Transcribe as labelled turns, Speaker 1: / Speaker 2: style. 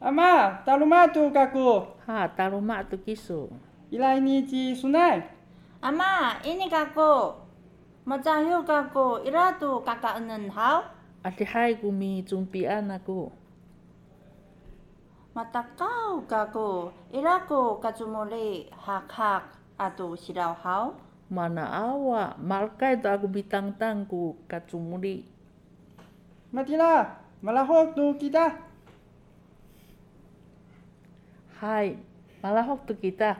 Speaker 1: Ama, talumatu kaku.
Speaker 2: Ha, taruma tu kisu.
Speaker 1: Ilai niji sunai.
Speaker 3: Ama, ini kakak. Macayu kakak, ira tu kakak enen hau.
Speaker 2: Atihai kumi jumpian aku.
Speaker 3: Matakau kakak, ira ku kacumole hak-hak atau sirau hau.
Speaker 2: Mana awa, malkai tu aku bitang tangku kacumuri.
Speaker 1: Matila, malahok tu kita.
Speaker 2: Hai, malahok tu kita.